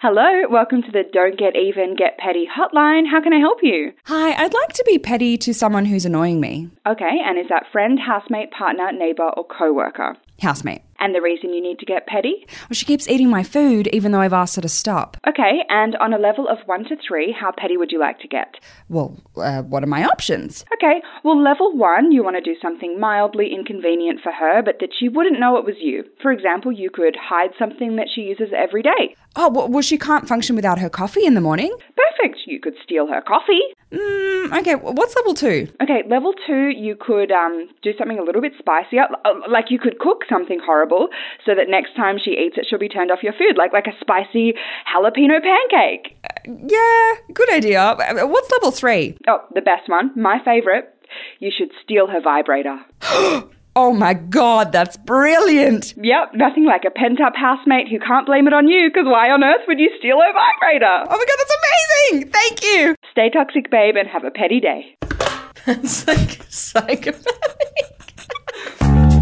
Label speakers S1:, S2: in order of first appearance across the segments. S1: Hello, welcome to the Don't Get Even, Get Petty hotline. How can I help you?
S2: Hi, I'd like to be petty to someone who's annoying me.
S1: Okay, and is that friend, housemate, partner, neighbour, or co worker?
S2: Housemate.
S1: And the reason you need to get petty?
S2: Well, she keeps eating my food even though I've asked her to stop.
S1: Okay, and on a level of 1 to 3, how petty would you like to get?
S2: Well, uh, what are my options?
S1: Okay, well, level 1, you want to do something mildly inconvenient for her, but that she wouldn't know it was you. For example, you could hide something that she uses every day.
S2: Oh, well, well she can't function without her coffee in the morning.
S1: Perfect, you could steal her coffee.
S2: Mm, okay, wh- what's level two?
S1: Okay, level two, you could um, do something a little bit spicier, l- uh, like you could cook something horrible, so that next time she eats it, she'll be turned off your food, like like a spicy jalapeno pancake.
S2: Yeah, good idea. Uh, What's level three?
S1: Oh, the best one, my favorite. You should steal her vibrator.
S2: Oh my god, that's brilliant.
S1: Yep, nothing like a pent up housemate who can't blame it on you, because why on earth would you steal her vibrator?
S2: Oh my god, that's amazing. Thank you.
S1: Stay toxic, babe, and have a petty day.
S2: That's like psychopathic.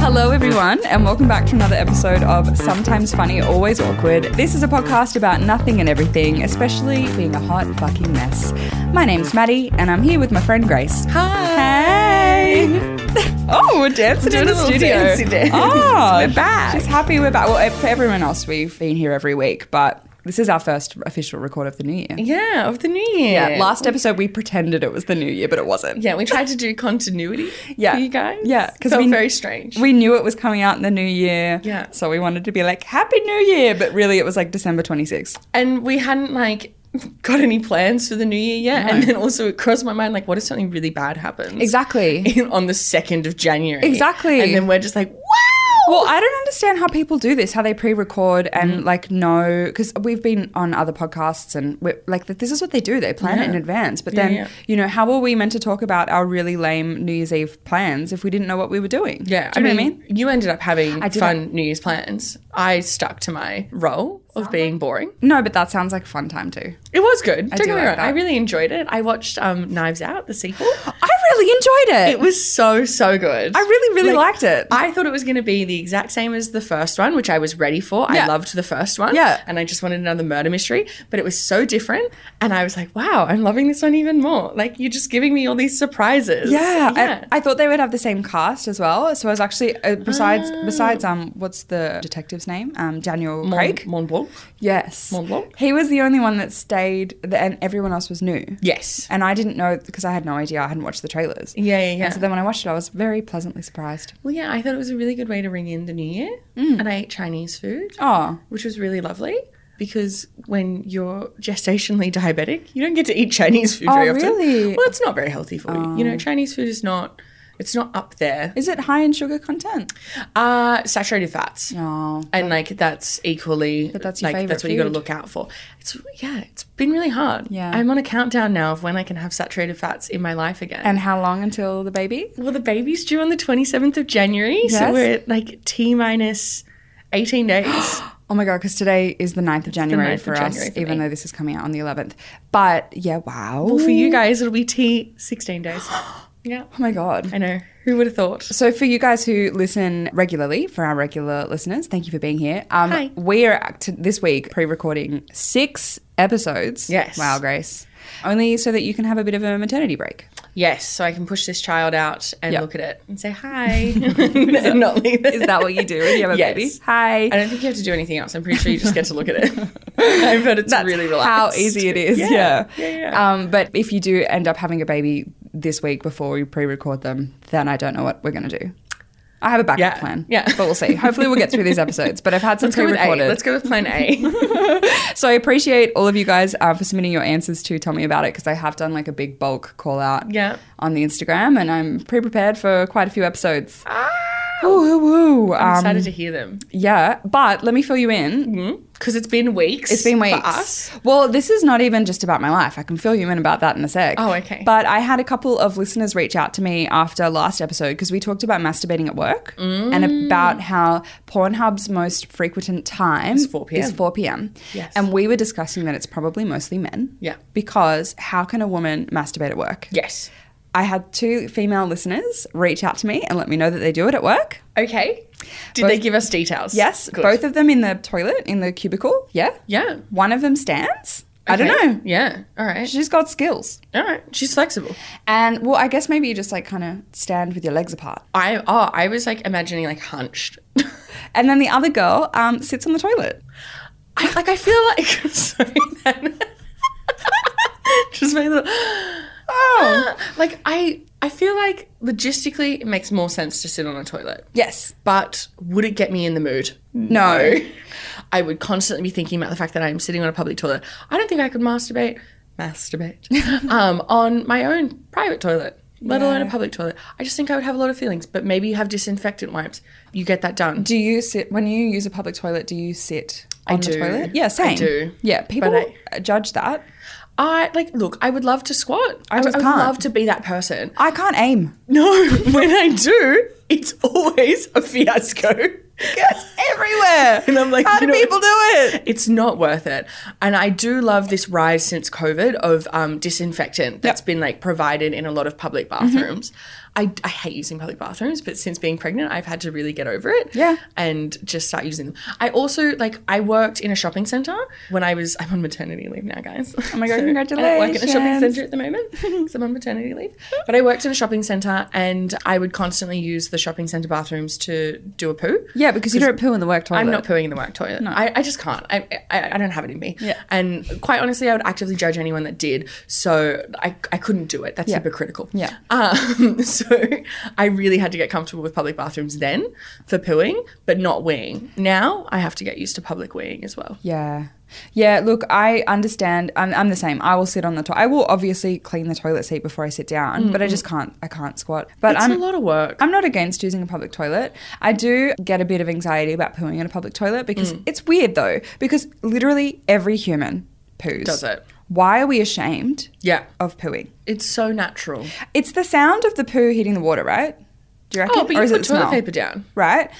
S2: Hello, everyone, and welcome back to another episode of Sometimes Funny, Always Awkward. This is a podcast about nothing and everything, especially being a hot fucking mess. My name's Maddie, and I'm here with my friend Grace. Hi. oh, we're dancing in
S3: doing
S2: the
S3: a little
S2: studio.
S3: dancey dance.
S2: Oh,
S3: We're back.
S2: She's happy we're back. Well, for everyone else, we've been here every week, but this is our first official record of the new year.
S3: Yeah, of the new year.
S2: Yeah, last episode we pretended it was the new year, but it wasn't.
S3: Yeah, we tried to do continuity.
S2: Yeah.
S3: for you guys.
S2: Yeah, 'cause
S3: felt
S2: we-
S3: very strange.
S2: We knew it was coming out in the new year.
S3: Yeah.
S2: So we wanted to be like, Happy New Year. But really, it was like December 26th.
S3: and we hadn't like got any plans for the new year yet. And then also it crossed my mind like, what if something really bad happens?
S2: Exactly.
S3: on the second of January.
S2: Exactly.
S3: And then we're just like, wow.
S2: Well, I don't understand how people do this, how they pre record and like know, because we've been on other podcasts and we're, like that this is what they do. They plan it in advance. But
S3: Yeah,
S2: then,
S3: yeah.
S2: you know, how were we meant to talk about our really lame New Year's Eve plans if we didn't know what we were doing?
S3: yeah,
S2: Do you know what I mean?
S3: you ended up having
S2: I did
S3: fun New Year's plans. I stuck to my role of being boring.
S2: No, but that sounds like a fun time too.
S3: It was good. Don't
S2: do
S3: get me
S2: like
S3: wrong.
S2: that.
S3: I really enjoyed it. I watched um, Knives Out, the sequel.
S2: I really enjoyed it.
S3: It was so so good.
S2: I really, really liked it.
S3: I thought it was going to be the exact same as the first one, which I was ready for.
S2: Yeah.
S3: I loved the first one,
S2: Yeah.
S3: and I just wanted another murder mystery. But it was so different, and I was like, "Wow, I'm loving this one even more." Like you're just giving me all these surprises.
S2: Yeah,
S3: yeah.
S2: I, I thought they would have the same cast as well. So I was actually uh, besides besides um what's the detective's name um Daniel
S3: Oh. Mon-
S2: Craig.
S3: Mon Blanc.
S2: yes,
S3: Mon Blanc?
S2: He was the only one that stayed, th- and everyone else was new.
S3: Yes.
S2: And I didn't know because I had no idea. I hadn't watched the trailers.
S3: Yeah, yeah, yeah.
S2: And so then when I watched it, I was very pleasantly surprised.
S3: well, yeah, I thought it was a really good way to ring in the new year, and I ate Chinese food,
S2: Oh,
S3: which was really lovely. Because when you're gestationally diabetic, you don't get to eat Chinese food
S2: Oh,
S3: very often.
S2: really?
S3: Well, it's not very healthy for you. You know, Chinese food is not. It's not up there.
S2: is it high in sugar content?
S3: Uh, saturated fats.
S2: Oh,
S3: And like that's equally
S2: But that's your
S3: like
S2: favourite
S3: that's what you got to
S2: food.
S3: look out for. It's yeah, it's been really hard.
S2: Yeah.
S3: I'm on a countdown now of when I can have saturated fats in my life again.
S2: and how long until the baby?
S3: well, the baby's due on the 27th of January,
S2: Yes.
S3: so we're at like T minus 18 days.
S2: Oh my god, because today is the 9th of January
S3: 9th of
S2: for
S3: January
S2: us,
S3: for
S2: even
S3: me.
S2: though this is coming out on the eleventh. But yeah, wow.
S3: well, for you guys it'll be T 16 days. yeah.
S2: oh my god.
S3: I know. Who would have thought?
S2: So, for you guys who listen regularly, for our regular listeners, thank you for being here. Um,
S3: Hi.
S2: We are act- this week pre recording six episodes.
S3: Yes.
S2: Wow, Grace. Only so that you can have a bit of a maternity break.
S3: Yes, so I can push this child out and
S2: Yeah.
S3: look at it and say hi and not leave it.
S2: Is that what you do when you have a
S3: Yes.
S2: baby? Hi.
S3: I don't think you have to do anything else. I'm pretty sure you just get to look at it. I've heard it's
S2: That's
S3: really relaxed.
S2: How easy it is. Yeah.
S3: Yeah. Yeah, yeah.
S2: Um, but if you do end up having a baby this week before we pre record them, then I don't know what we're going to do. I have a backup
S3: Yeah.
S2: plan.
S3: Yeah.
S2: But we'll see. Hopefully, we'll get through these episodes. But I've had some
S3: Let's go
S2: pre
S3: with A.
S2: recorded.
S3: Let's go with plan A.
S2: So I appreciate all of you guys uh, for submitting your answers to Tell Me About It because I have done like a big bulk call out
S3: Yeah.
S2: on the Instagram and I'm pre prepared for quite a few episodes. Woo, woo, woo. Um,
S3: I'm Ah, excited to hear them
S2: yeah, but let me fill you in.
S3: because it's been weeks.
S2: It's been weeks.
S3: for us.
S2: Well, this is not even just about my life. I can fill you in about that in a sec.
S3: Oh, okay.
S2: But I had a couple of listeners reach out to me after last episode because we talked about masturbating at work
S3: Mm.
S2: and about how Pornhub's most frequent time is
S3: 4 p.m..
S2: 4 p.m.
S3: Yes.
S2: And we were discussing that it's probably mostly men.
S3: Yeah.
S2: Because how can a woman masturbate at work?
S3: Yes.
S2: I had two female listeners reach out to me and let me know that they do it at work.
S3: Okay. Did
S2: Both-
S3: they give us details?
S2: Yes,
S3: Good.
S2: both of them in the toilet, in the cubicle. Yeah.
S3: Yeah.
S2: One of them stands. I don't
S3: Okay.
S2: know.
S3: Yeah. All right.
S2: She's got skills.
S3: All right. She's flexible.
S2: And well, I guess maybe you just like kind of stand with your legs apart.
S3: I oh, I was like imagining like hunched.
S2: And then the other girl um, sits on the toilet.
S3: I, like I feel like sorry, then. just my little
S2: Oh.
S3: Ah, like I I feel like logistically it makes more sense to sit on a toilet.
S2: Yes.
S3: But would it get me in the mood?
S2: No.
S3: I would constantly be thinking about the fact that I'm sitting on a public toilet. I don't think I could masturbate, masturbate, um, on my own private toilet, let alone a public toilet. I just think I would have a lot of feelings. But maybe you have disinfectant wipes. You get that done.
S2: Do you sit when you use a public toilet? Do you sit on the
S3: do.
S2: toilet? Yeah,
S3: I
S2: same.
S3: do.
S2: Yeah, people
S3: I-
S2: uh judge that.
S3: I like look. I would love to squat. I,
S2: just
S3: would
S2: can't.
S3: love to be that person.
S2: I can't aim.
S3: No, when I do, it's always a fiasco.
S2: It's everywhere.
S3: And I'm like,
S2: how do
S3: you know-
S2: people do it?
S3: It's not worth it. And I do love this rise since COVID of um, disinfectant that's been like provided in a lot of public
S2: Mm-hmm.
S3: bathrooms. I, I hate using public bathrooms, but since being pregnant, I've had to really get over it.
S2: Yeah.
S3: And just start using them. I also like, I worked in a shopping center when I was, I'm on maternity leave now, guys. Oh
S2: my God,
S3: I work in a shopping
S2: congratulations.
S3: center at the moment because I'm on maternity leave. But I worked in a shopping center and I would constantly use the shopping center bathrooms to do a poo.
S2: Yeah, because you don't poo in the work toilet.
S3: I'm not pooing in the work toilet. I, I just can't. I, I I don't have it in me.
S2: Yeah.
S3: And quite honestly, I would actively judge anyone that did. So I, I couldn't do it. That's
S2: Yeah.
S3: hypocritical.
S2: Yeah.
S3: Um, so I really had to get comfortable with public bathrooms then for pooing, but not weeing. Now I have to get used to public weeing as well.
S2: Yeah. Yeah, look, I understand. I'm, I'm the same. I will sit on the toilet. I will obviously clean the toilet seat before I sit down, but I just can't. I can't squat. But
S3: Mm-hmm. It's
S2: I'm
S3: a lot of work.
S2: I'm not against using a public toilet. I do get a bit of anxiety about pooing in a public toilet because
S3: Mm.
S2: it's weird though, because literally every human poos.
S3: Does it.
S2: Why are we ashamed
S3: yeah.
S2: of pooing?
S3: It's so natural.
S2: It's the sound of the poo hitting the water, right? Do you reckon?
S3: Oh, but you
S2: is
S3: put
S2: it
S3: toilet
S2: smell?
S3: paper down.
S2: right?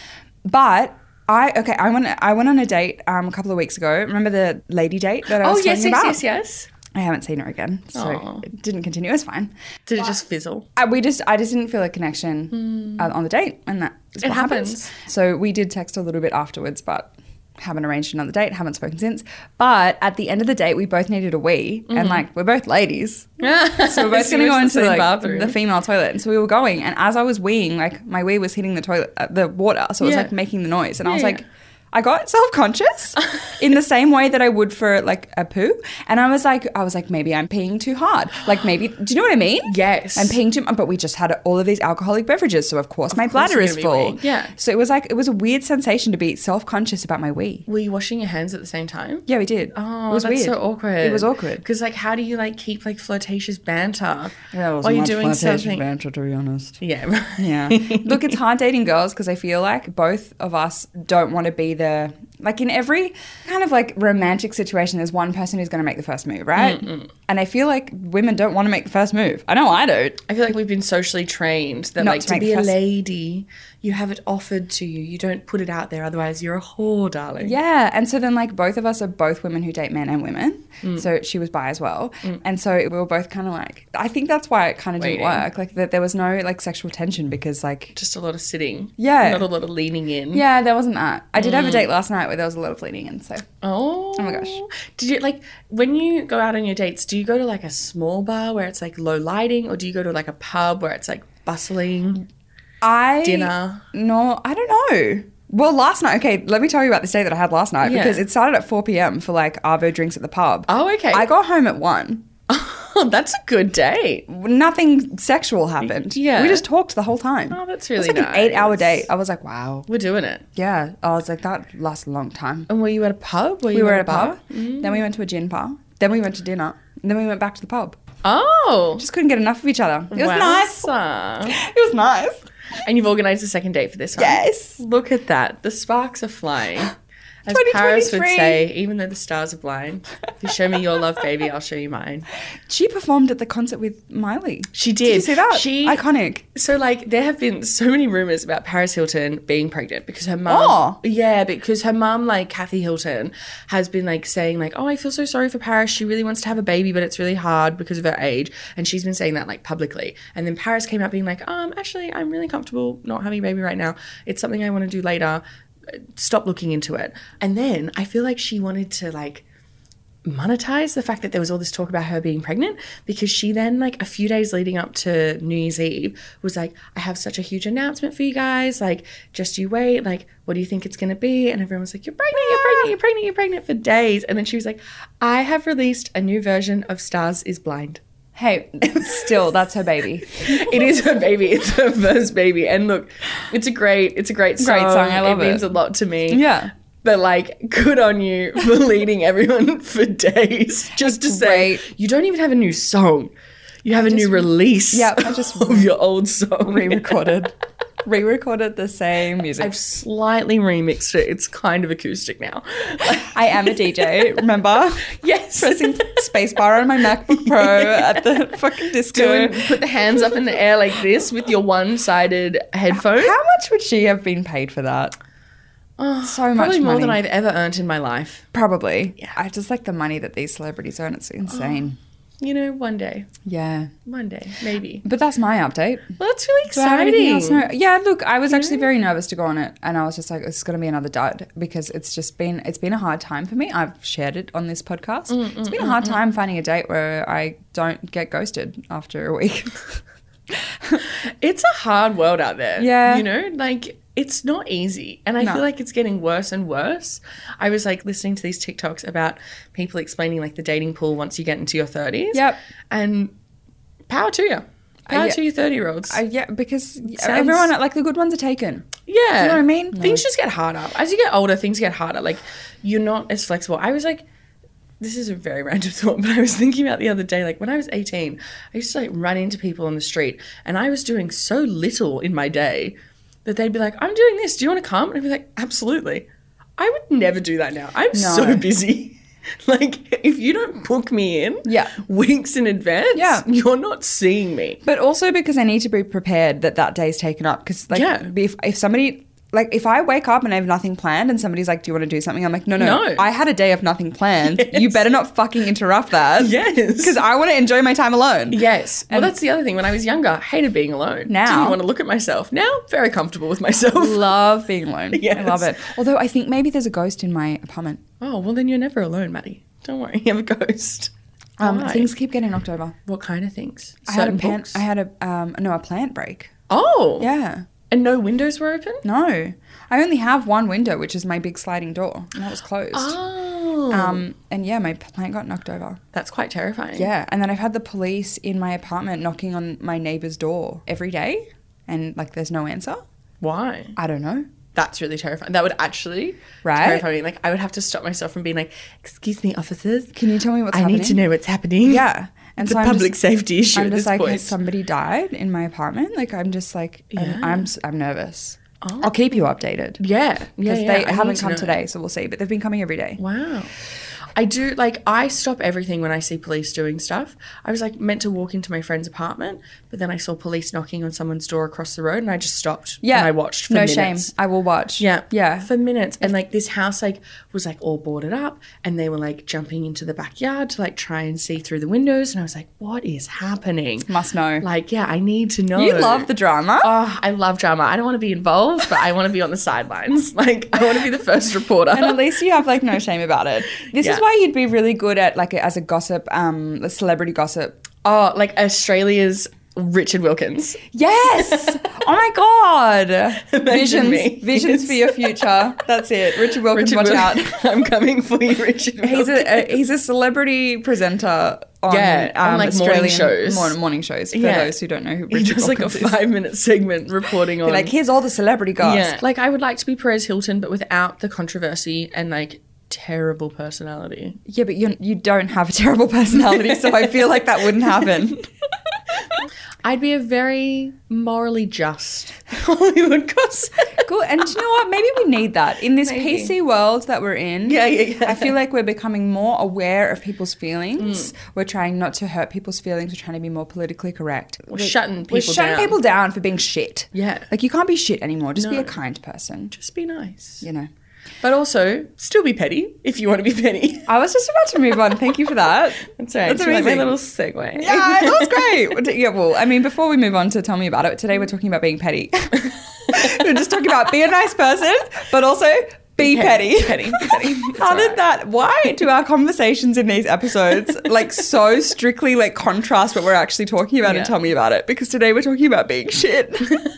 S2: But I okay, I went I went on a date um, a couple of weeks ago. Remember the lady date that I was
S3: Oh,
S2: telling
S3: yes,
S2: you
S3: yes,
S2: about?
S3: yes, yes.
S2: I haven't seen her again, so
S3: Aw.
S2: it didn't continue. It's fine.
S3: Did it just fizzle?
S2: I, we just I just didn't feel a connection uh, on the date, and that is
S3: Hmm. It
S2: what happens.
S3: happens.
S2: So we did text a little bit afterwards, but haven't arranged another date, haven't spoken since. But at the end of the date, we both needed a wee,
S3: Mm-hmm.
S2: and like we're both ladies, so we're both
S3: So
S2: going to
S3: it's
S2: go
S3: the
S2: into
S3: same
S2: like,
S3: bathroom.
S2: the female toilet. And so we were going, and as I was weeing, like my wee was hitting the toilet, uh, the water, so it was
S3: Yeah.
S2: like making the noise, and I was
S3: Yeah.
S2: like. I got self conscious in the same way that I would for like a poo, and I was like, I was like, maybe I'm peeing too hard. Like maybe, do you know what I mean?
S3: Yes.
S2: I'm peeing too, but we just had all of these alcoholic beverages, so of course my bladder
S3: you're
S2: is
S3: gonna be
S2: full.
S3: weeing. Yeah.
S2: So it was like it was a weird sensation to be self conscious about my wee.
S3: Were you washing your hands at the same time?
S2: Yeah, we did.
S3: Oh,
S2: it was
S3: that's
S2: weird.
S3: so awkward.
S2: It was awkward.
S3: Because like, how do you like keep like flirtatious banter
S2: Yeah, it was
S3: while you're
S2: much
S3: doing
S2: flirtation
S3: something?
S2: banter, to be honest.
S3: Yeah,
S2: Yeah. Look, it's hard dating girls because I feel like both of us don't want to be the like in every kind of like romantic situation. There's one person who's going to make the first move, right? And I feel like women don't want to make the first move. I know I don't.
S3: I feel like we've been socially trained that
S2: Not
S3: like
S2: to
S3: to,
S2: make
S3: be a
S2: fuss.
S3: lady, you have it offered to you. You don't put it out there, otherwise you're a whore, darling.
S2: Yeah. And so then, like, both of us are both women who date men and women.
S3: Mm.
S2: So she was bi as well. And so we were both kind of like, I think that's why it kind of didn't
S3: Waiting.
S2: work. Like, that there was no like sexual tension because, like,
S3: Just a lot of sitting.
S2: Yeah.
S3: Not a lot of leaning in.
S2: yeah, there wasn't that. I did have
S3: Mm.
S2: a date last night where there was a lot of leaning in. So
S3: Oh.
S2: my gosh.
S3: Did you like when you go out on your dates, do you go to like a small bar where it's like low lighting or do you go to like a pub where it's like bustling?
S2: I.
S3: Dinner.
S2: No, I don't know. Well, last night, okay, let me tell you about this date that I had last night
S3: Yeah.
S2: because it started at 4 p.m. for like Arvo drinks at the pub.
S3: Oh, okay.
S2: I got home at 1.
S3: Oh, that's a good date.
S2: Nothing sexual happened.
S3: Yeah.
S2: We just talked the whole time.
S3: Oh, that's
S2: It was
S3: really
S2: like
S3: nice.
S2: an eight hour date. I was like, wow.
S3: We're doing it.
S2: Yeah, I was like, that lasts a long time.
S3: And were you at a pub? Mm. Were you
S2: We were at a
S3: bar?
S2: pub, then we went to a gin bar, then we went to dinner, and then we went back to the pub.
S3: Oh,
S2: Just couldn't get enough of each other. It was nice.
S3: nice.
S2: It was nice.
S3: And you've organised a second date for this one.
S2: Yes.
S3: Look at that. The sparks are flying. As Paris would
S2: 2023.
S3: say, even though the stars are blind, if you show me your love, baby, I'll show you mine.
S2: She performed at the concert with Miley.
S3: She did.
S2: Did you see that?
S3: She
S2: Iconic.
S3: So like there have been so many rumors about Paris Hilton being pregnant because her mom
S2: Oh.
S3: Yeah, because her mom like Kathy Hilton has been like saying like, "Oh, I feel so sorry for Paris. She really wants to have a baby, but it's really hard because of her age." And she's been saying that like publicly. And then Paris came out being like, "Um, actually, I'm really comfortable not having a baby right now. It's something I want to do later. Stop looking into it." And then I feel like she wanted to like monetize the fact that there was all this talk about her being pregnant because she then like a few days leading up to New Year's Eve was like I have such a huge announcement for you guys like just you wait like what do you think it's going to be and everyone was like you're pregnant you're
S2: Ah.
S3: pregnant you're pregnant you're pregnant for days and then she was like I have released a new version of Stars is Blind
S2: Hey, still, that's her baby.
S3: it is her baby. It's her first baby. And look, it's a great, it's a great song.
S2: Great song. I love
S3: it.
S2: it.
S3: means a lot to me.
S2: Yeah.
S3: But like, good on you for leading everyone for days. Just to
S2: Great.
S3: say, you don't even have a new song. You have a new release.
S2: Yep, I just
S3: of your old song.
S2: Re-recorded. Re-recorded the same music.
S3: I've slightly remixed it. It's kind of acoustic now.
S2: I am a DJ, remember?
S3: Yes.
S2: Pressing spacebar on my MacBook Pro at the fucking disco.
S3: Doing, put the hands up in the air like this with your one-sided headphone.
S2: How much would she have been paid for that?
S3: Oh,
S2: so much
S3: Probably more than
S2: money.
S3: I've ever earned in my life.
S2: Probably. Yeah. I just like the money that these celebrities earn. It's insane.
S3: You know, one day,
S2: Yeah.
S3: one day, maybe.
S2: But that's my update.
S3: Well, that's really
S2: Do I have
S3: exciting.
S2: anything else? No. Yeah, look, I was actually very nervous to go on it, and I was just like, "It's going to be another dud," because it's just been it's been a hard time for me. I've shared it on this podcast. it's been a hard time finding a date where I don't get ghosted after a week.
S3: It's a hard world out there.
S2: Yeah.
S3: You know, like it's not easy. And I
S2: No.
S3: feel like it's getting worse and worse. I was like listening to these TikToks about people explaining like the dating pool once you get into your 30s.
S2: Yep.
S3: And power to you. Power
S2: yeah.
S3: to you 30 year olds.
S2: Uh, yeah, because everyone like the good ones are taken.
S3: Yeah.
S2: you know what I mean?
S3: Things just get harder. As you get older, things get harder. Like, you're not as flexible. I was like, this is a very random thought, but I was thinking about the other day, like when I was 18, I used to like run into people on the street and I was doing so little in my day that they'd be like, I'm doing this. Do you want to come? And I'd be like, absolutely. I would never do that now. I'm so busy. Like, if you don't book me in
S2: Yeah.
S3: weeks in advance,
S2: Yeah.
S3: you're not seeing me.
S2: But also because I need to be prepared that that day's taken up. Because like,
S3: Yeah.
S2: if if somebody like if I wake up and I have nothing planned, and somebody's like, "Do you want to do something?" I'm like, "No, no,
S3: No.
S2: I had a day of nothing planned.
S3: Yes.
S2: You better not fucking interrupt that."
S3: Yes.
S2: because I want to enjoy my time alone.
S3: Yes.
S2: And-
S3: well, that's the other thing. When I was younger, I hated being alone.
S2: Now-
S3: didn't want to look at myself. Now, very comfortable with myself.
S2: love being alone. I
S3: Yes.
S2: love it. Although I think maybe there's a ghost in my apartment.
S3: oh well, then you're never alone, Maddie. Don't worry, you have a ghost.
S2: Um,
S3: Why?
S2: things keep getting knocked over.
S3: What kind of things?
S2: I had a
S3: Certain
S2: pan-
S3: books?
S2: I had a um, no a plant break.
S3: oh,
S2: Yeah.
S3: And no windows were open.
S2: No, I only have one window, which is my big sliding door, and that was closed.
S3: Oh,
S2: Um, and yeah, my plant got knocked over.
S3: that's quite terrifying.
S2: Yeah, and then I've had the police in my apartment knocking on my neighbor's door every day, and like there's no answer.
S3: Why?
S2: I don't know.
S3: That's really terrifying. That would actually
S2: Right?
S3: terrify me. Like I would have to stop myself from being like, "Excuse me, officers.
S2: Can you tell me what's
S3: I
S2: happening?
S3: need to know what's happening."
S2: Yeah, and
S3: It's a
S2: I'm
S3: public safety issue
S2: I'm
S3: at
S2: just
S3: this
S2: like,
S3: point.
S2: has somebody died in my apartment? Like, I'm just like, I'm, I'm, s- I'm nervous.
S3: Oh.
S2: I'll keep you updated
S3: yeah, yeah.
S2: because
S3: yeah.
S2: they
S3: I need
S2: haven't
S3: to
S2: come
S3: know.
S2: today, so we'll see. But they've been coming every day.
S3: Wow. I do like I stop everything when I see police doing stuff. I was like meant to walk into my friend's apartment, but then I saw police knocking on someone's door across the road and I just stopped.
S2: Yeah,
S3: And I watched for
S2: no
S3: minutes.
S2: shame. I will watch.
S3: Yeah.
S2: yeah.
S3: For minutes. And like this house like was like all boarded up and they were like jumping into the backyard to like try and see through the windows and I was like, what is happening?
S2: Must know.
S3: Like, yeah, I need to know.
S2: you love the drama.
S3: Oh, I love drama. I don't want to be involved, but I want to be on the sidelines. Like, I want to be the first reporter.
S2: and at least you have like no shame about it. This is
S3: Yeah.
S2: why you'd be really good at like as a gossip, um, a celebrity gossip.
S3: Oh, like Australia's Richard Wilkins.
S2: Yes. oh my god. Visions,
S3: me.
S2: visions for your future. That's it. Richard Wilkins,
S3: Richard
S2: watch out.
S3: Wilkins. I'm coming for you, Richard.
S2: He's
S3: Wilkins.
S2: a, a he's a celebrity presenter on um,
S3: Yeah, on, like, morning shows.
S2: mor- morning shows. For
S3: Yeah.
S2: those who don't know who
S3: he
S2: Richard
S3: does like a
S2: Wilkins is.
S3: five minute segment reporting on.
S2: They're like here's all the celebrity goss.
S3: yeah, like I would like to be Perez Hilton, but without the controversy and like terrible personality.
S2: Yeah, but you you don't have a terrible personality, so I feel like that wouldn't happen.
S3: I'd be a very morally just Hollywood gossip.
S2: Cool. And do you know what? Maybe we need that in this
S3: Maybe.
S2: PC world that we're in.
S3: Yeah, yeah, yeah.
S2: I feel like we're becoming more aware of people's feelings.
S3: Mm.
S2: We're trying not to hurt people's feelings. We're trying to be more politically correct. We're,
S3: shutting
S2: we're
S3: people
S2: shutting
S3: down.
S2: people down for being shit.
S3: Yeah.
S2: Like you can't be shit anymore. Just be
S3: No.
S2: a kind person.
S3: Just be nice.
S2: You know.
S3: But also, still be petty if you want to be petty.
S2: I was just about to move on. Thank you for that.
S3: That's all right.
S2: That's
S3: That's like my
S2: amazing.
S3: little segue.
S2: Yeah, that was great. Well, d- Yeah, well, I mean, before we move on to tell me about it, today we're talking about being petty. we're just talking about be a nice person, but also be, petty.
S3: petty, petty, petty. That's
S2: How did
S3: alright.
S2: that? Why do our conversations in these episodes like so strictly like contrast what we're actually talking about and
S3: Yeah.
S2: tell me about it? Because today we're talking about being shit.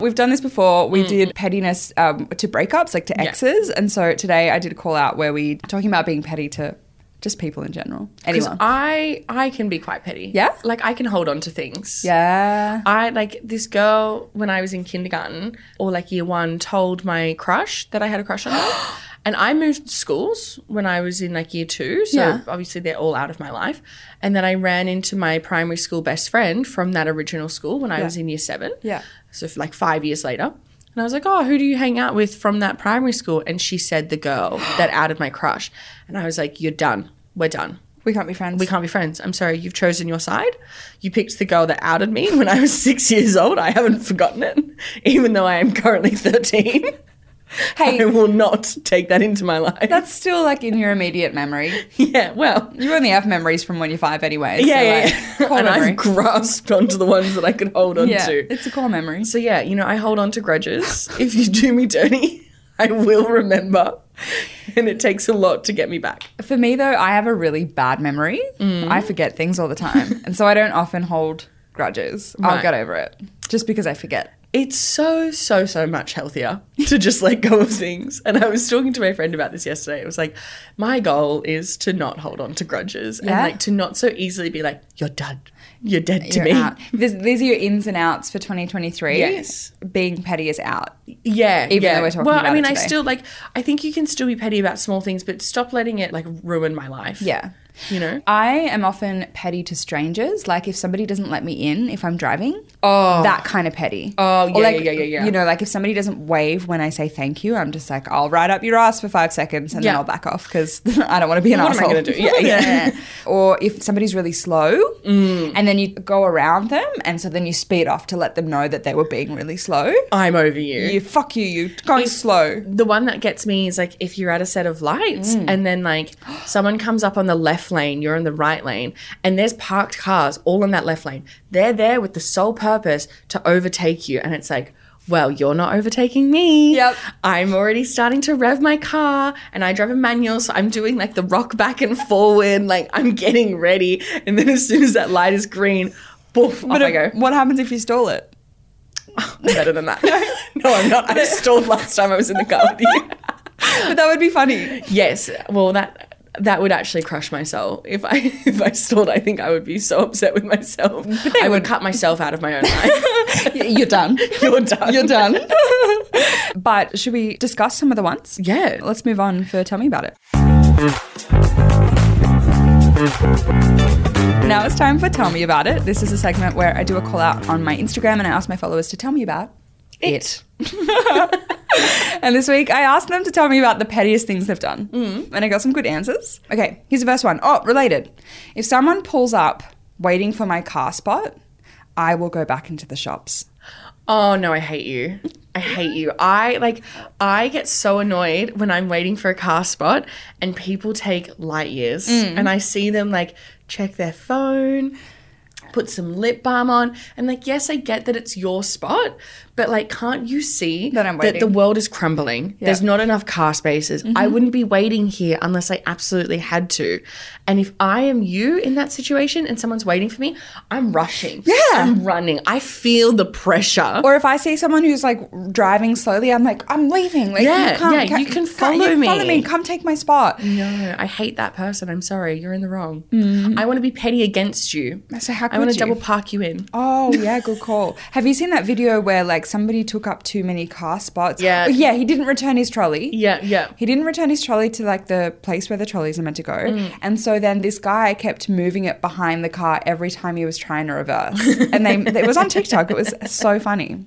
S2: We've done this before. We did pettiness um, to breakups, like to
S3: Mm. Yeah.
S2: exes, and so today I did a call out where we talking about being petty to just people in general.
S3: Because
S2: Anyone?
S3: I I can be quite petty.
S2: Yeah?
S3: Like I can hold on to things.
S2: yeah.
S3: I like this girl when I was in kindergarten or like year one told my crush that I had a crush on her. And I moved schools when I was in like year two. So
S2: Yeah.
S3: obviously they're all out of my life. And then I ran into my primary school best friend from that original school when I was in year seven.
S2: Yeah.
S3: So f- like five years later. And I was like, oh, who do you hang out with from that primary school? And she said the girl that outed my crush. And I was like, you're done. We're done
S2: We can't be friends.
S3: we can't be friends. I'm sorry, you've chosen your side. You picked the girl that outed me when I was six years old. I haven't forgotten it, even though I am currently 13.
S2: Hey.
S3: I will not take that into my life.
S2: That's still like in your immediate memory.
S3: yeah, well,
S2: You only have memories from when you're five, anyway. so,
S3: yeah, yeah,
S2: like,
S3: yeah.
S2: Core
S3: and
S2: memory.
S3: I've grasped onto the ones that I could hold on
S2: yeah,
S3: to.
S2: it's a core memory.
S3: So yeah, you know, I hold on to grudges. if you do me dirty, I will remember, and it takes a lot to get me back.
S2: For me, though, I have a really bad memory.
S3: Mm.
S2: I forget things all the time, and so I don't often hold grudges. I'll
S3: Right.
S2: get over it just because I forget.
S3: it's so so so much healthier to just let go of things and i was talking to my friend about this yesterday it was like my goal is to not hold on to grudges
S2: Yeah.
S3: and like to not so easily be like you're done you're dead to
S2: You're
S3: me
S2: out. This, these are your ins and outs for 2023.
S3: Yes.
S2: being petty is out.
S3: yeah
S2: Even
S3: yeah.
S2: though we're talking
S3: well
S2: about
S3: i mean
S2: it
S3: i
S2: today.
S3: still like i think you can still be petty about small things but stop letting it like ruin my life
S2: Yeah.
S3: you know
S2: I am often petty to strangers. Like if somebody doesn't let me in if I'm driving, oh, that kind of petty.
S3: Oh,
S2: Or
S3: yeah,
S2: like,
S3: yeah, yeah, yeah, yeah.
S2: You know, like if somebody doesn't wave when I say thank you, I'm just like, I'll ride up your ass for five seconds and then
S3: Yeah.
S2: I'll back off because I don't want to be an
S3: What am I
S2: asshole.
S3: gonna do? Yeah, Mm. yeah.
S2: or if somebody's really slow and then you go around them and so then you speed off to let them know that they were being really slow.
S3: i'm over you
S2: You fuck you, you going slow.
S3: the one that gets me is like if you're at a set of lights
S2: Mm.
S3: and then like someone comes up on the left lane, you're in the right lane, and there's parked cars all in that left lane. They're there with the sole purpose to overtake you, and it's like, well, you're not overtaking me.
S2: Yep.
S3: I'm already starting to rev my car, and I drive a manual, so I'm doing like the rock back and forward, like I'm getting ready, and then as soon as that light is green, poof, off I go.
S2: what happens if you stall it?
S3: Better than that. no, I'm not. I stalled last time I was in the car with you.
S2: But that would be funny.
S3: Yes. Well, that that would actually crush my soul if I if I stalled. I think I would be so upset with myself. I would cut myself out of my own life.
S2: You're done.
S3: You're done.
S2: You're done. but should we discuss some of the ones?
S3: Yeah.
S2: Let's move on for Tell Me About It. Now it's time for Tell Me About It. This is a segment where I do a call out on my Instagram and I ask my followers to tell me about it. and this week I asked them to tell me about the pettiest things they've done. Mm. And I got some good answers. Okay, here's the first one. Oh, related. If someone pulls up waiting for my car spot, I will go back into the shops.
S3: Oh no, I hate you. I hate you. I like I get so annoyed when I'm waiting for a car spot and people take light years
S2: Mm.
S3: and I see them like check their phone, put some lip balm on and like yes, I get that it's your spot, but like can't you see
S2: That I'm
S3: the
S2: waiting.
S3: world is crumbling. There's not enough car spaces. I
S2: Mm-hmm.
S3: wouldn't be waiting here unless I absolutely had to. And if I am you in that situation and someone's waiting for me, I'm rushing. Yeah. I'm running. I feel the pressure.
S2: Or if I see someone who's like driving slowly, I'm like, I'm leaving. Like,
S3: Yeah,
S2: you can't,
S3: yeah,
S2: ca-
S3: you can
S2: can't-
S3: follow
S2: you Follow
S3: me.
S2: me. Come take my spot.
S3: No, I hate that person. I'm sorry, you're in the wrong. I want to be petty against you.
S2: Mm. So how
S3: I want
S2: would
S3: to
S2: you?
S3: double park you in.
S2: Oh yeah, good call. Have you seen that video where like somebody took up too many car spots?
S3: Yeah.
S2: Oh, yeah. He didn't return his trolley.
S3: Yeah, yeah.
S2: He didn't return his trolley to like the place where the trolleys are meant to go,
S3: Mm.
S2: and so then this guy kept moving it behind the car every time he was trying to reverse. and they it was on TikTok. It was so funny.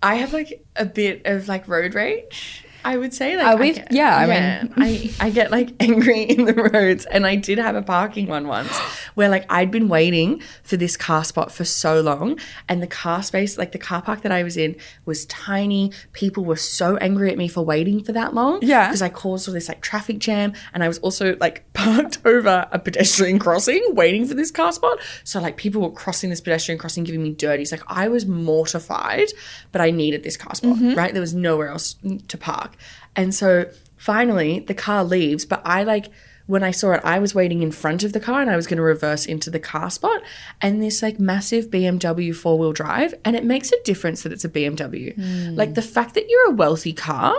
S3: I have like a bit of like road rage. I would say like
S2: Oh, we've-
S3: get-
S2: yeah, I mean-
S3: I I get like angry in the roads, and I did have a parking one once where like I'd been waiting for this car spot for so long, and the car space, like the car park that I was in, was tiny. People were so angry at me for waiting for that long,
S2: Yeah.
S3: because I caused all this like traffic jam, and I was also like parked over a pedestrian crossing, waiting for this car spot. So like people were crossing this pedestrian crossing, giving me dirties. Like I was mortified, but I needed this car spot, right? There was nowhere else to park, and so finally the car leaves. But I like when I saw it, I was waiting in front of the car, and I was going to reverse into the car spot, and this like massive BMW four wheel drive, and it makes a difference that it's a BMW. Like the fact that you're a wealthy car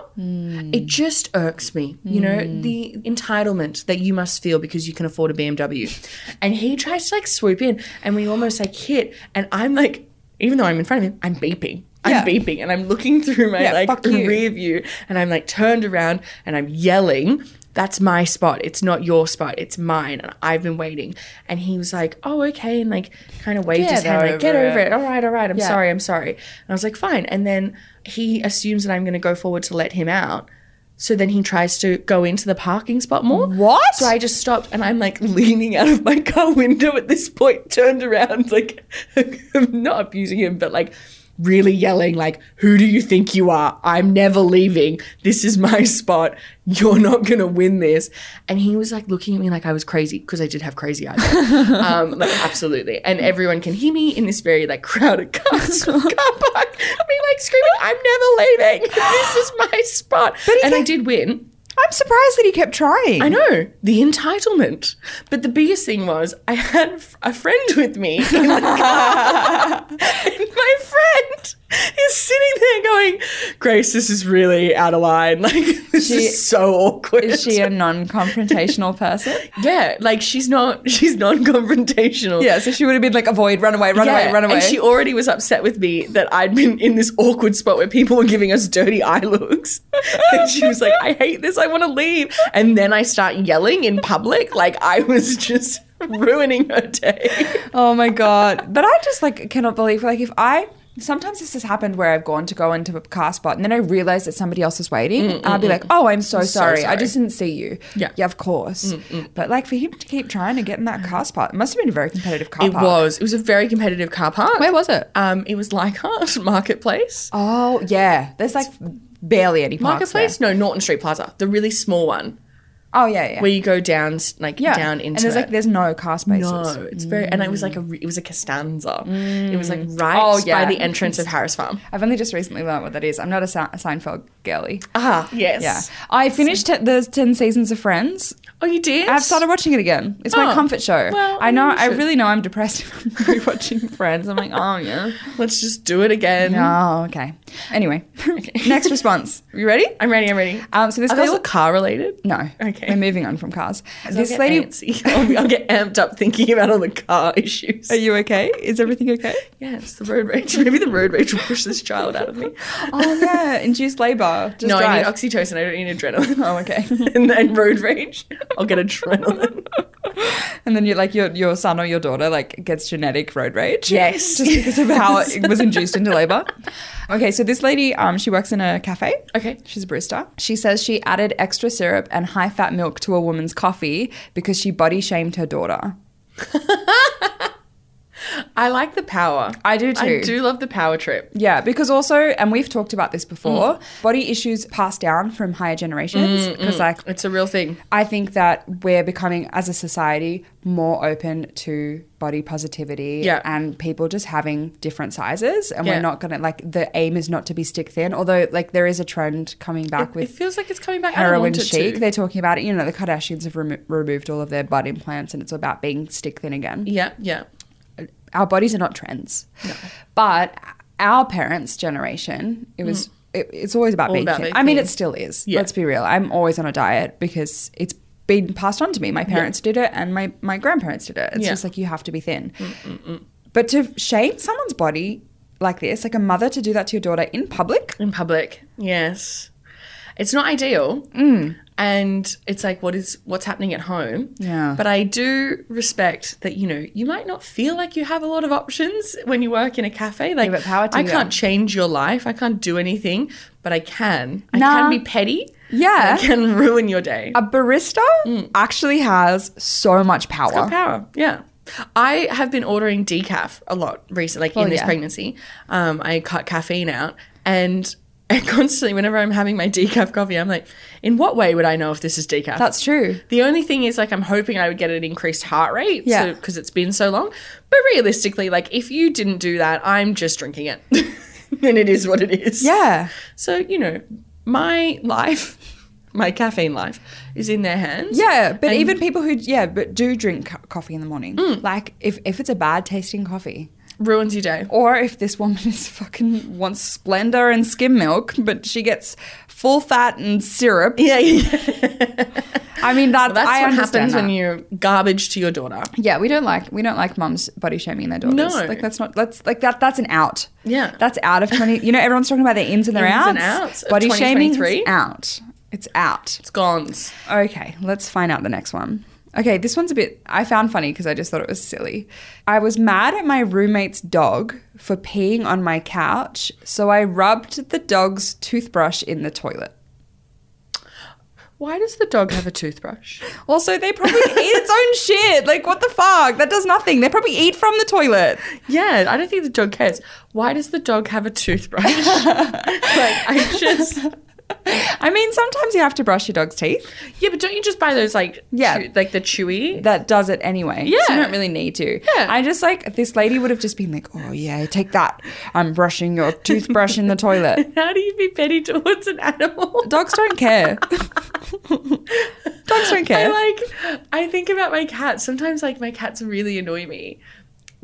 S3: it just irks me you know the entitlement that you must feel because you can afford a bmw and he tries to like swoop in and we almost like hit and i'm like even though i'm in front of him i'm beeping i'm
S2: Yeah.
S3: beeping and i'm looking through my
S2: Yeah,
S3: like
S2: fuck you.
S3: rear view and i'm like turned around and i'm yelling that's my spot it's not your spot it's mine and i've been waiting and he was like oh okay and like kind of waved his
S2: Get
S3: hand like get
S2: over
S3: over it all right all right i'm
S2: Yeah.
S3: sorry i'm sorry and i was like fine and then he assumes that i'm going to go forward to let him out so then he tries to go into the parking spot more.
S2: What?
S3: So I just stopped and I'm like leaning out of my car window at this point, turned around, like not abusing him, but like really yelling, like, who do you think you are? I'm never leaving. This is my spot. You're not gonna win this. And he was like looking at me like I was crazy, because I did have crazy eyes. um, like absolutely. And everyone can hear me in this very like crowded car, car park. Me like screaming, I'm never leaving. This is my spot. and I did win.
S2: I'm surprised that he kept trying.
S3: I know the entitlement, but the biggest thing was I had f- a friend with me in the car, and my friend is sitting there going, "Grace, this is really out of line. Like this
S2: She-
S3: is so awkward."
S2: Is she a non-confrontational person?
S3: yeah, like she's not. She's non-confrontational.
S2: yeah. So she would have been like, avoid, run away, run
S3: Yeah,
S2: away, run away.
S3: And she already was upset with me that I'd been in this awkward spot where people were giving us dirty eye looks. and she was like, I hate this. I want to leave. And then I start yelling in public. Like I was just ruining her day.
S2: Oh my god! But I just like cannot believe like if I sometimes this has happened where I've gone to go into a car spot and then I realize that somebody else is waiting. and I'll be like, "Oh, I'm so, sorry. I
S3: sorry."
S2: just didn't see you."
S3: Yeah.
S2: yeah, Mm, of course. But like for him to keep trying to get in that car spot, it must have been a very competitive car
S3: It
S2: park.
S3: was. It was a very competitive car park.
S2: Where was it?
S3: Um, it was Leichhardt Marketplace.
S2: Oh yeah, there's like barely any parks
S3: Marketplace? No, Norton Street Plaza, the really small one
S2: there. Oh yeah, yeah,
S3: where you go down, s- like Mm.
S2: yeah.
S3: down into.
S2: and there's like
S3: it.
S2: there's no car spaces.
S3: No, it's very, and it was like a, re- it was a Costanza. It was like right
S2: Oh, yeah.
S3: by the entrance of Harris Farm.
S2: I've only just recently learned what that is. I'm not a, Sa- a Seinfeld girly.
S3: Ah, yes.
S2: Yeah, I finished t- the ten seasons of Friends.
S3: Oh, you did?
S2: I've started watching it again. It's my
S3: Oh.
S2: comfort show.
S3: Well,
S2: I know.
S3: you
S2: I
S3: should.
S2: really know I'm depressed if I'm watching Friends. I'm like, oh yeah.
S3: Let's just do it again.
S2: Oh, okay. Anyway, next response. You ready?
S3: I'm ready. I'm ready.
S2: Um, so this
S3: Are they all
S2: girl.
S3: car related?
S2: No.
S3: Okay.
S2: We're moving on from cars.
S3: I'll
S2: This
S3: get
S2: lady.
S3: antsy. I'll, I'll get amped up thinking about all the car issues.
S2: Are you okay? Is everything okay?
S3: Yeah, it's the road rage. Maybe the road rage will push this child out of me.
S2: Oh yeah, induced labor. Just
S3: no, I
S2: drive.
S3: need oxytocin. I don't need adrenaline.
S2: Oh, okay.
S3: and then road rage. I'll get adrenaline.
S2: and then you like your your son or your daughter like gets genetic road rage.
S3: Yes.
S2: Just because of how it was induced into labor. Okay, so this lady, um, she works in a cafe.
S3: Okay.
S2: She's a barista. She says she added extra syrup and high fat milk to a woman's coffee because she body shamed her daughter.
S3: I like the power.
S2: I do
S3: I
S2: too.
S3: do love the power trip.
S2: Yeah, because also, and we've talked about this before, body issues passed down from higher generations. Because, like,
S3: It's a real thing.
S2: I think that we're becoming, as a society, more open to body positivity
S3: Yeah.
S2: and people just having different sizes. And we're
S3: Yeah.
S2: not going to, like, the aim is not to be stick thin, although, like, there is a trend coming back
S3: It
S2: with
S3: feels like it's coming back. I don't
S2: heroin
S3: want it
S2: chic.
S3: to.
S2: They're talking about it. You know, the Kardashians have remo- removed all of their butt implants, and it's about being stick thin again.
S3: Yeah, yeah.
S2: Our bodies are not trends, but our parents' generation, it was. It, it's always about
S3: Mm. All
S2: being
S3: about
S2: thin.
S3: being
S2: I mean,
S3: thin.
S2: it still is.
S3: Yeah.
S2: Let's be real. I'm always on a diet because it's been passed on to me. My parents did it, and my my grandparents did it. It's
S3: Yeah. Mm,
S2: just like you have to be thin. But to shame someone's body like this, like a mother to do that to your daughter in public,
S3: in public. Yes. It's not ideal.
S2: Mm.
S3: And it's like what is what's happening at home.
S2: Yeah.
S3: But I do respect that, you know, you might not feel like you have a lot of options when you work in a cafe. Like
S2: but power to
S3: I
S2: you.
S3: can't change your life. I can't do anything, but I can. I
S2: Nah.
S3: can be petty.
S2: Yeah.
S3: I can ruin your day.
S2: a barista actually has so much power.
S3: Mm. Got power. Yeah. I have been ordering decaf a lot recently, like
S2: Well,
S3: in this
S2: Oh, yeah.
S3: pregnancy. Um, I cut caffeine out and I constantly, whenever I'm having my decaf coffee, I'm like, in what way would I know if this is decaf?
S2: That's true.
S3: the only thing is like I'm hoping I would get an increased heart rate
S2: Yeah.
S3: because it's been so long. But realistically, like if you didn't do that, I'm just drinking it. and it is what it is.
S2: Yeah.
S3: So, you know, my life, my caffeine life is in their hands.
S2: Yeah, but
S3: And- Mm.
S2: even people who yeah, but do drink co- coffee in the morning. Like if if it's a bad tasting coffee,
S3: Ruins your day.
S2: or if this woman is fucking wants Splendor and skim milk, but she gets full fat and syrup.
S3: Yeah, yeah.
S2: I mean, that's,
S3: That's
S2: I
S3: what
S2: understand
S3: happens
S2: that.
S3: when you're garbage to your daughter.
S2: Yeah, we don't like we don't like mums body shaming their daughters.
S3: No.
S2: like that's not that's like that that's an out.
S3: Yeah.
S2: that's out of twenty. You know, everyone's talking about their ins and their
S3: Ins
S2: outs.
S3: and outs of
S2: Body shaming is
S3: 2023.
S2: out. It's out.
S3: It's gones.
S2: Okay, let's find out the next one. Okay, this one's a bit I found funny because I just thought it was silly. I was mad at my roommate's dog for peeing on my couch, so I rubbed the dog's toothbrush in the toilet.
S3: Why does the dog have a toothbrush?
S2: Also, they probably eat its own shit. Like, what the fuck? That does nothing. They probably eat from the toilet.
S3: Yeah, I don't think the dog cares. Why does the dog have a toothbrush? like, I just.
S2: I mean, sometimes you have to brush your dog's teeth.
S3: Yeah, but don't you just buy those, like,
S2: Yeah.
S3: chew- like the chewy?
S2: That does it anyway.
S3: Yeah.
S2: So you don't really need to.
S3: Yeah.
S2: I just like, this lady would have just been like, oh, yeah, take that. I'm brushing your toothbrush in the toilet.
S3: How do you be petty towards an animal?
S2: Dogs don't care. Dogs don't care.
S3: I like I think about my cats. Sometimes like my cats really annoy me.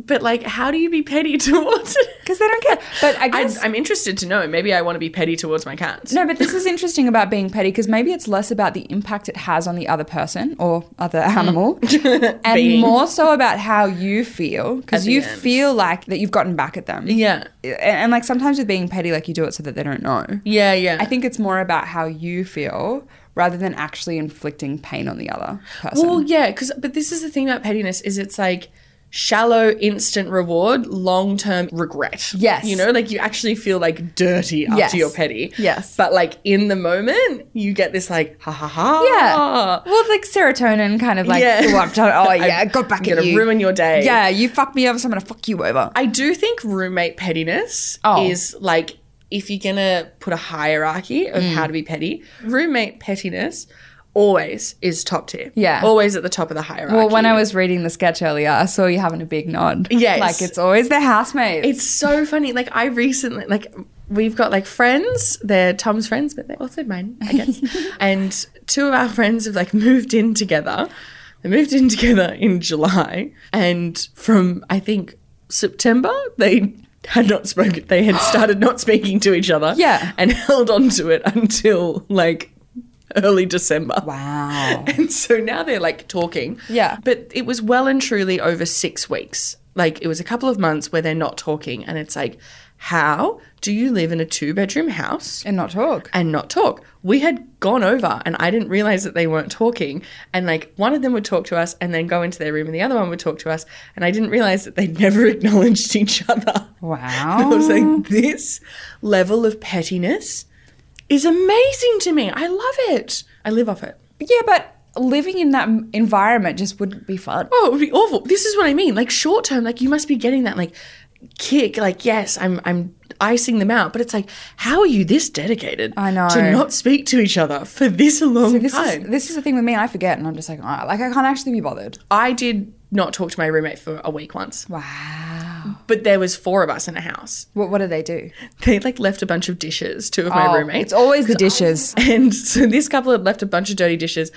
S3: But like how do you be petty towards it?
S2: 'Cause they don't care. But I guess-
S3: I'm interested to know. Maybe I want to be petty towards my cats.
S2: No, but this is interesting about being petty because maybe it's less about the impact it has on the other person or other animal and
S3: Hmm. Being.
S2: more so about how you feel because
S3: the
S2: you
S3: end.
S2: feel like that you've gotten back at them.
S3: Yeah.
S2: And, and like sometimes with being petty, like you do it so that they don't know.
S3: Yeah, yeah.
S2: I think it's more about how you feel rather than actually inflicting pain on the other person.
S3: Well, yeah, cuz but this is the thing about pettiness is it's like shallow instant reward, long-term regret.
S2: Yes.
S3: You know, like you actually feel like dirty after
S2: Yes.
S3: you're petty.
S2: Yes.
S3: But like in the moment, you get this like ha ha ha.
S2: yeah. Well, it's like serotonin kind of like,
S3: Yeah.
S2: oh, I've done, oh,
S3: I'm
S2: yeah, I got back at
S3: gonna
S2: you.
S3: ruin your day.
S2: Yeah, you fuck me over, so I'm going to fuck you over.
S3: I do think roommate pettiness
S2: Oh.
S3: is like if you're gonna put a hierarchy of
S2: Mm.
S3: how to be petty, roommate pettiness always is top tier.
S2: Yeah.
S3: Always at the top of the hierarchy.
S2: Well, when I was reading the sketch earlier, I saw you having a big nod.
S3: Yes.
S2: Like it's always the housemate.
S3: It's so funny. Like I recently like we've got like friends, they're Tom's friends, but they're also mine, I guess. and two of our friends have like moved in together. They moved in together in July and from I think September they had not spoken they had started not speaking to each other.
S2: Yeah.
S3: And held on to it until like early December.
S2: wow.
S3: And so now they're like talking.
S2: Oh. Yeah.
S3: But it was well and truly over six weeks. Like it was a couple of months where they're not talking. And it's like, how do you live in a two bedroom house
S2: And not talk.
S3: and not talk? We had gone over and I didn't realize that they weren't talking. And like one of them would talk to us and then go into their room and the other one would talk to us. And I didn't realize that they never acknowledged each other. I
S2: Wow.
S3: was like, this level of pettiness is amazing to me. I love it. I live off it.
S2: yeah, but living in that m- environment just wouldn't be fun.
S3: Oh, it would be awful. This is what I mean. Like short term, like you must be getting that like kick. Like yes, I'm I'm icing them out, but it's like how are you this dedicated?
S2: I know.
S3: to not speak to each other for this long
S2: So this
S3: time.
S2: is this is the thing with me. I forget, and I'm just like, ah, like I can't actually be bothered.
S3: I did not talk to my roommate for a week once,
S2: Wow.
S3: but there was four of us in a house.
S2: What What do they do?
S3: They like left a bunch of dishes. Two of my
S2: Oh,
S3: roommates.
S2: It's always the dishes.
S3: And so this couple had left a bunch of dirty dishes.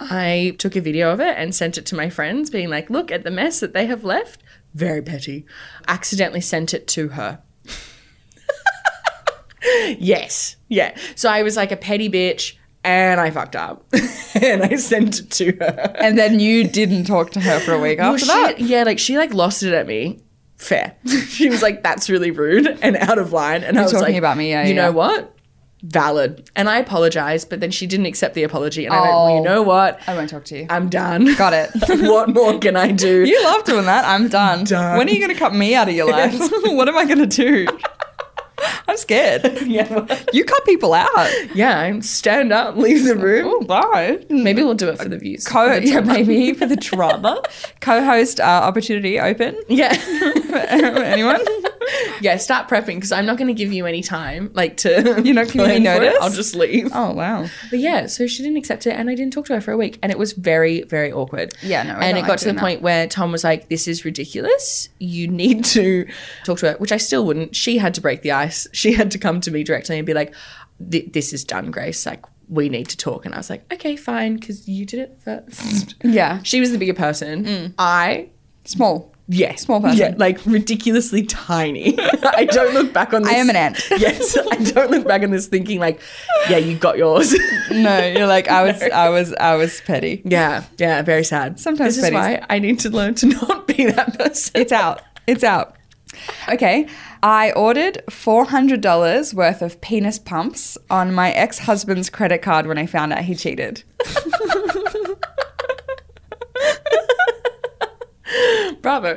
S3: I took a video of it and sent it to my friends, being like, look at the mess that they have left. Very petty. Accidentally sent it to her. yes. Yeah. So I was like a petty bitch and I fucked up. and I sent it to her.
S2: and then you didn't talk to her for a week
S3: Well,
S2: after
S3: she-
S2: that.
S3: Yeah, like she like lost it at me. fair. she was like, that's really rude and out of line. And I was
S2: talking
S3: like,
S2: about me, yeah,
S3: You
S2: yeah.
S3: know what? Valid. And I apologized, but then she didn't accept the apology. And I went,
S2: Oh.
S3: well, you know what?
S2: I won't talk to you.
S3: I'm done.
S2: Got it.
S3: what more can I do?
S2: you love doing that. I'm done.
S3: Done.
S2: When are you going to cut me out of your life? what am I going to do? I'm scared.
S3: yeah, well,
S2: You cut people out. Oh,
S3: yeah, I'm- stand up, leave the room.
S2: bye.
S3: Maybe we'll do it for the views.
S2: Co- yeah, maybe for the drama. Co-host uh, opportunity open.
S3: yeah.
S2: Anyone?
S3: yeah, start prepping because I'm not going to give you any time, like to
S2: You're not giving me
S3: plan for it.
S2: notice?
S3: I'll just leave.
S2: Oh wow.
S3: But yeah, so she didn't accept it, and I didn't talk to her for a week, and it was very, very awkward.
S2: Yeah, no, I don't
S3: and it got
S2: like
S3: to the
S2: doing that.
S3: point where Tom was like, "This is ridiculous. You need to talk to her," which I still wouldn't. She had to break the ice. She had to come to me directly and be like, "Th- "This is done, Grace. Like, we need to talk." And I was like, "Okay, fine," because you did it first.
S2: Yeah.
S3: she was the bigger person. I
S2: Small.
S3: yeah,
S2: Mm. Small person.
S3: Yeah, like ridiculously tiny. I don't look back on this.
S2: I am an ant.
S3: yes, I don't look back on this thinking like, yeah, you got yours.
S2: No, you're like I was. I was. I was petty.
S3: yeah, yeah, very sad.
S2: Sometimes
S3: this is
S2: Betty's-
S3: why I need to learn to not be that person.
S2: It's out. It's out. Okay. I ordered $400 worth of penis pumps on my ex husband's credit card when I found out he cheated.
S3: Bravo.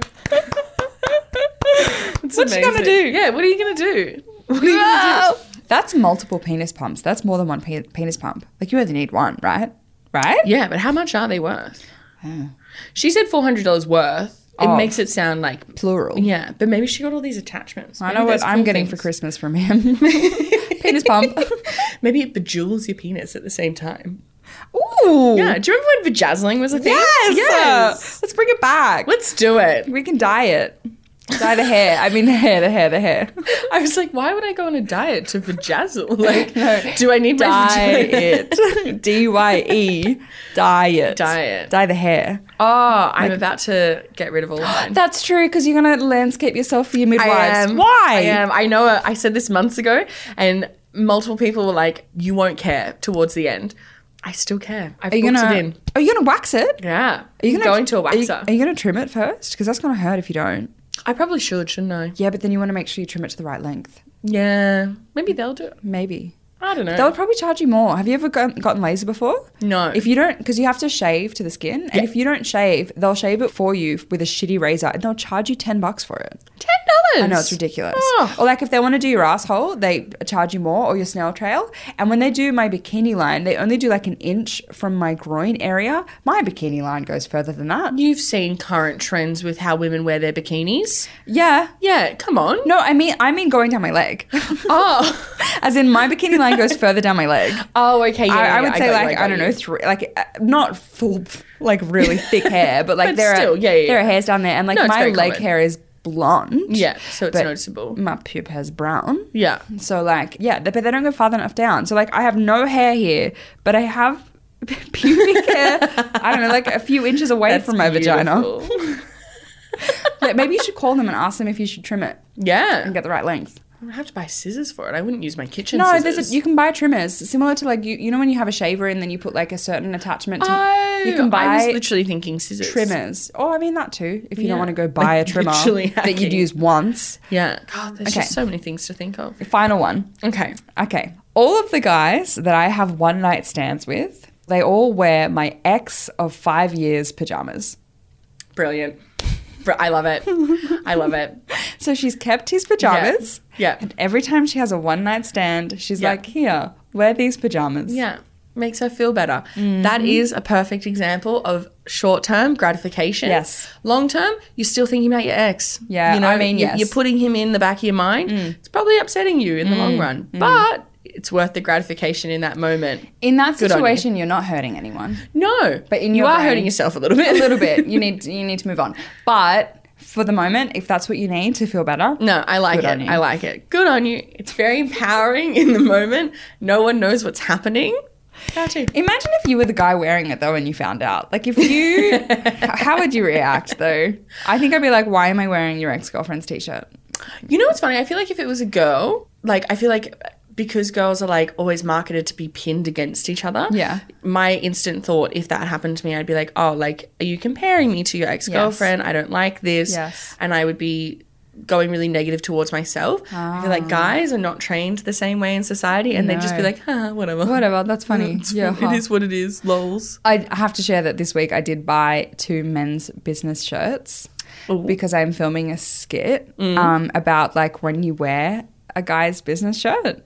S3: It's
S2: What's she gonna
S3: amazing.
S2: do?
S3: Yeah, what are you gonna do? What are you gonna
S2: Wow. That's multiple penis pumps. That's more than one pe- penis pump. Like, you only need one, right? Right?
S3: do? Yeah, but how much are they worth? She said four hundred dollars worth. It
S2: Of.
S3: makes it sound like
S2: Plural.
S3: yeah, but maybe she got all these attachments.
S2: I
S3: Maybe
S2: know what
S3: there's
S2: I'm
S3: cool
S2: getting
S3: things.
S2: for Christmas from him. penis pump.
S3: Maybe it bejewels your penis at the same time.
S2: Ooh.
S3: Yeah. Do you remember when vajazzling was a thing?
S2: Yes.
S3: Yes.
S2: Let's bring it back.
S3: Let's do it.
S2: We can dye it. Dye the hair. I mean, the hair, the hair, the hair.
S3: I was like, why would I go on a diet to vajazzle? Like, do I need my
S2: Dye
S3: vagina-
S2: it. D Y E. Dye it.
S3: Dye it.
S2: Dye the hair.
S3: Oh, I'm about to get rid of all mine.
S2: That's true because you're going to landscape yourself for your midwives. Why?
S3: Why? I am. I know. I said this months ago, and multiple people were like, "You won't care." Towards the end, I still care. I've
S2: Are you
S3: booked
S2: gonna?
S3: it in.
S2: Are you gonna wax it?
S3: Yeah.
S2: Are you gonna,
S3: going to a
S2: are you-
S3: waxer?
S2: Are you, gonna trim it first? Because that's gonna hurt if you don't.
S3: I probably should, shouldn't I?
S2: Yeah, but then you want to make sure you trim it to the right length.
S3: Yeah. Maybe they'll do. it.
S2: Maybe
S3: I don't know.
S2: they would probably charge you more. Have you ever gotten, gotten laser before?
S3: No.
S2: If you don't, because you have to shave to the skin, and if you don't shave, they'll shave it for you with a shitty razor, and they'll charge you ten bucks for it.
S3: Ten dollars.
S2: I know it's ridiculous.
S3: Oh.
S2: Or like if they want to do your asshole, they charge you more or your snail trail. And when they do my bikini line, they only do like an inch from my groin area. My bikini line goes further than that.
S3: You've seen current trends with how women wear their bikinis.
S2: Yeah.
S3: Yeah, come on.
S2: No, I mean I mean going down my leg.
S3: Oh.
S2: As in my bikini line goes further down my leg.
S3: Oh, okay. Yeah,
S2: I,
S3: yeah,
S2: I would
S3: yeah,
S2: say
S3: got you,
S2: like
S3: got
S2: I, don't
S3: you.
S2: know three like uh, not full like really thick hair, but like
S3: But
S2: there are
S3: still, yeah, yeah,
S2: there are
S3: yeah.
S2: hairs down there and like
S3: No, it's
S2: my
S3: very
S2: leg
S3: common.
S2: hair is blonde.
S3: Yeah, so it's
S2: but
S3: noticeable.
S2: My pube hair's brown.
S3: Yeah.
S2: So like, yeah, they- but they don't go far enough down. So like, I have no hair here, but I have pubic hair. I don't know, like a few inches away
S3: That's
S2: from my vagina.
S3: beautiful.
S2: Like, maybe you should call them and ask them if you should trim it
S3: yeah.
S2: and get the right length.
S3: I'm gonna have to buy scissors for it. I wouldn't use my kitchen
S2: No,
S3: scissors.
S2: there's a, you can buy trimmers similar to like you you know when you have a shaver and then you put like a certain attachment. To,
S3: Oh,
S2: you can
S3: I was
S2: buy
S3: literally thinking scissors.
S2: trimmers. Oh, I mean that too. If you don't
S3: Yeah.
S2: want to go buy a trimmer
S3: Literally
S2: that you'd
S3: hacking.
S2: use once.
S3: Yeah. God, there's
S2: Oh, Okay.
S3: just so many things to think of.
S2: Final one.
S3: Okay.
S2: Okay. All of the guys that I have one night stands with, they all wear my ex of five years pajamas.
S3: Brilliant. Br- I love it. I love it.
S2: So she's kept his pajamas.
S3: Yeah.
S2: And every time she has a one night stand, she's
S3: Yeah.
S2: like, here, wear these pajamas.
S3: Yeah. Makes her feel better.
S2: Mm-hmm.
S3: That is a perfect example of short term gratification.
S2: Yes.
S3: Long term, you're still thinking about your ex.
S2: Yeah,
S3: You know,
S2: I mean,
S3: you-
S2: yes. Mm.
S3: you're putting him in the back of your mind. It's probably upsetting you in the long run, but it's worth the gratification in that moment.
S2: In that
S3: Good on you.
S2: situation, you. are not hurting anyone.
S3: No.
S2: But in
S3: you
S2: your
S3: are
S2: brain-
S3: hurting yourself a little bit.
S2: A little bit. You need you need to move on. But for the moment, if that's what you need to feel better,
S3: No, I like
S2: Good on
S3: it.
S2: you.
S3: I like it. Good on you. It's very empowering in the moment. No one knows what's happening. How to?
S2: Imagine if you were the guy wearing it though and you found out. Like if you how would you react though? I think I'd be like, why am I wearing your ex-girlfriend's t-shirt?
S3: You know what's funny? I feel like if it was a girl, like I feel like because girls are like always marketed to be pinned against each other.
S2: Yeah.
S3: My instant thought, if that happened to me, I'd be like, oh, like, are you comparing me to your ex girlfriend? I don't like this.
S2: Yes.
S3: And I would be going really negative towards myself. I feel like guys are not trained the same way in society, and they just
S2: Ah.
S3: be
S2: No.
S3: like, huh, whatever.
S2: Whatever, that's funny.
S3: It's-
S2: yeah, huh.
S3: It is what it is. Lols.
S2: I have to share that this week I did buy two men's business shirts because I'm filming a skit um, about like when you wear a guy's business shirt.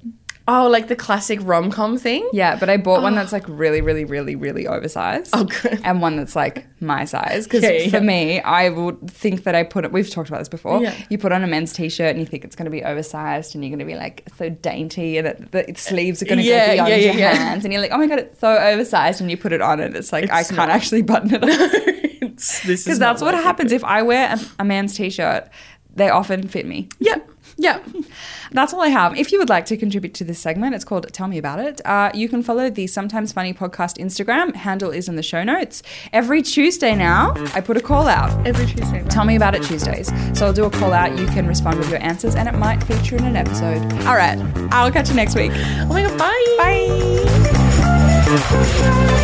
S3: Oh, like the classic rom com thing.
S2: Yeah, but I bought one that's like really, really, really, really oversized.
S3: Oh, good.
S2: And one that's like my size. Because
S3: Yeah, yeah.
S2: for me, I would think that I put it, we've talked about this before.
S3: Yeah.
S2: You put on a men's t shirt and you think it's going to be oversized and you're going to be like so dainty and it, the sleeves are going to
S3: Yeah,
S2: go beyond
S3: yeah, yeah,
S2: your
S3: yeah.
S2: hands. And you're like, oh my God, it's so oversized. And you put it on and it's like, I
S3: It's
S2: can't
S3: not.
S2: actually button it up.
S3: It's- this is
S2: Because
S3: not
S2: that's what
S3: I
S2: happens if I wear a, a man's t shirt. They often fit me.
S3: Yep. Yep.
S2: That's all I have. If you would like to contribute to this segment, it's called Tell Me About It. Uh, you can follow the Sometimes Funny Podcast Instagram. Handle is in the show notes. Every Tuesday now, I put a call out.
S3: Every Tuesday.
S2: Tell me about it Tuesdays. So I'll do a call out. You can respond with your answers, and it might feature in an episode. All right. I'll catch you next week.
S3: Oh my god. Bye.
S2: Bye.